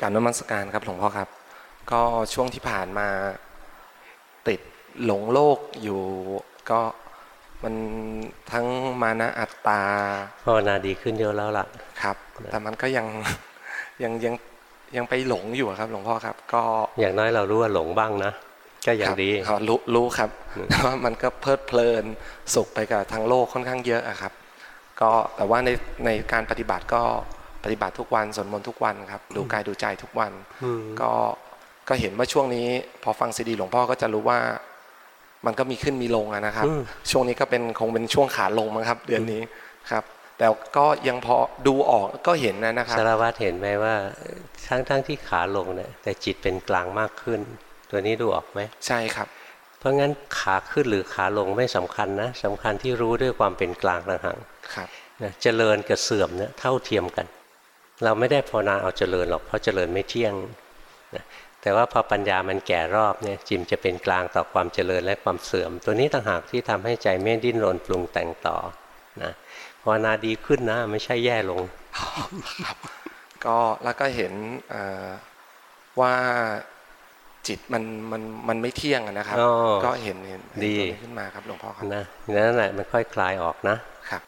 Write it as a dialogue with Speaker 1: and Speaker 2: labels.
Speaker 1: การนมัสการครับหลวงพ่อครับ ก็ช่วงที่ผ่านมาติดหลงโลกอยู่ ก็มันทั้งมานะอัตตา
Speaker 2: ภาวนาดีขึ้นเยอะแล้วล่ะ
Speaker 1: ครับ แต่มันก็ยัง ยังยังยังไปหลงอยู่อะครับ หลวงพ่อครับ ก็
Speaker 2: อย่างน้อยเรารู้ว่าหลงบ้างนะ ก็ยังดี
Speaker 1: ครับครับรู้รู้ครับแต่ว่ามันก็เพลิดเพลินสุขไปกับทางโลกค่อนข้างเยอะอะครับ ก็แต่ว่าในในการปฏิบัติก็ปฏิบัติทุกวันสวดมนต์ทุกวันครับดูกายดูใจทุกวัน
Speaker 2: อืม
Speaker 1: ก็ก็เห็นว่าช่วงนี้ พอฟังซีดีหลวงพ่อก็จะรู้ว่า มันก็มีขึ้นมีลงอะนะครับ
Speaker 2: อืม
Speaker 1: ช่วงนี้ก็เป็นคงเป็นช่วงขาลงมั้งครับ เดือนนี้ครับ แต่ก็ยังพอดูออกก็เห็นนะนะครั
Speaker 2: สา
Speaker 1: บ
Speaker 2: รวัตรเห็นไหมว่าทั้งๆทที่ขาลงเนี่ยแต่จิตเป็นกลางมากขึ้น ตัวนี้ดูออกไหม
Speaker 1: ใช่ครับ
Speaker 2: เพราะงั้นขาขึ้นหรือขาลงไม่สำคัญนะสำคัญที่รู้ด้วยความเป็นกลางต่างหาก
Speaker 1: ครับ
Speaker 2: นะเจริญกับเสื่อมเนี่ยเท่าเทียมกัน เราไม่ได้ภาวนาเอาเจริญหรอกเพราะเจริญไม่เที่ยงนะแต่ว่าพอปัญญามันแก่รอบเนี่ยจิมจะเป็นกลางต่อความเจริญและความเสื่อม ตัวนี้ต่างหากที่ทำให้ใจไม่ดิ้นรนปรุงแต่งต่อนะภาวนาดีขึ้นนะไม่ใช่แย่ลง
Speaker 1: ก็แล้วก็เห็นเอ่อว่าจิตมันมันมันไม่เที่ยงอะนะครับ
Speaker 2: อ๋อ
Speaker 1: ก็เห็นเห็นเห็น
Speaker 2: ดี
Speaker 1: ตัวนี้ขึ้นมาครับหลวงพ่อครับ
Speaker 2: นะนั่นแหละมันค่อยคลายออกนะ
Speaker 1: ครับ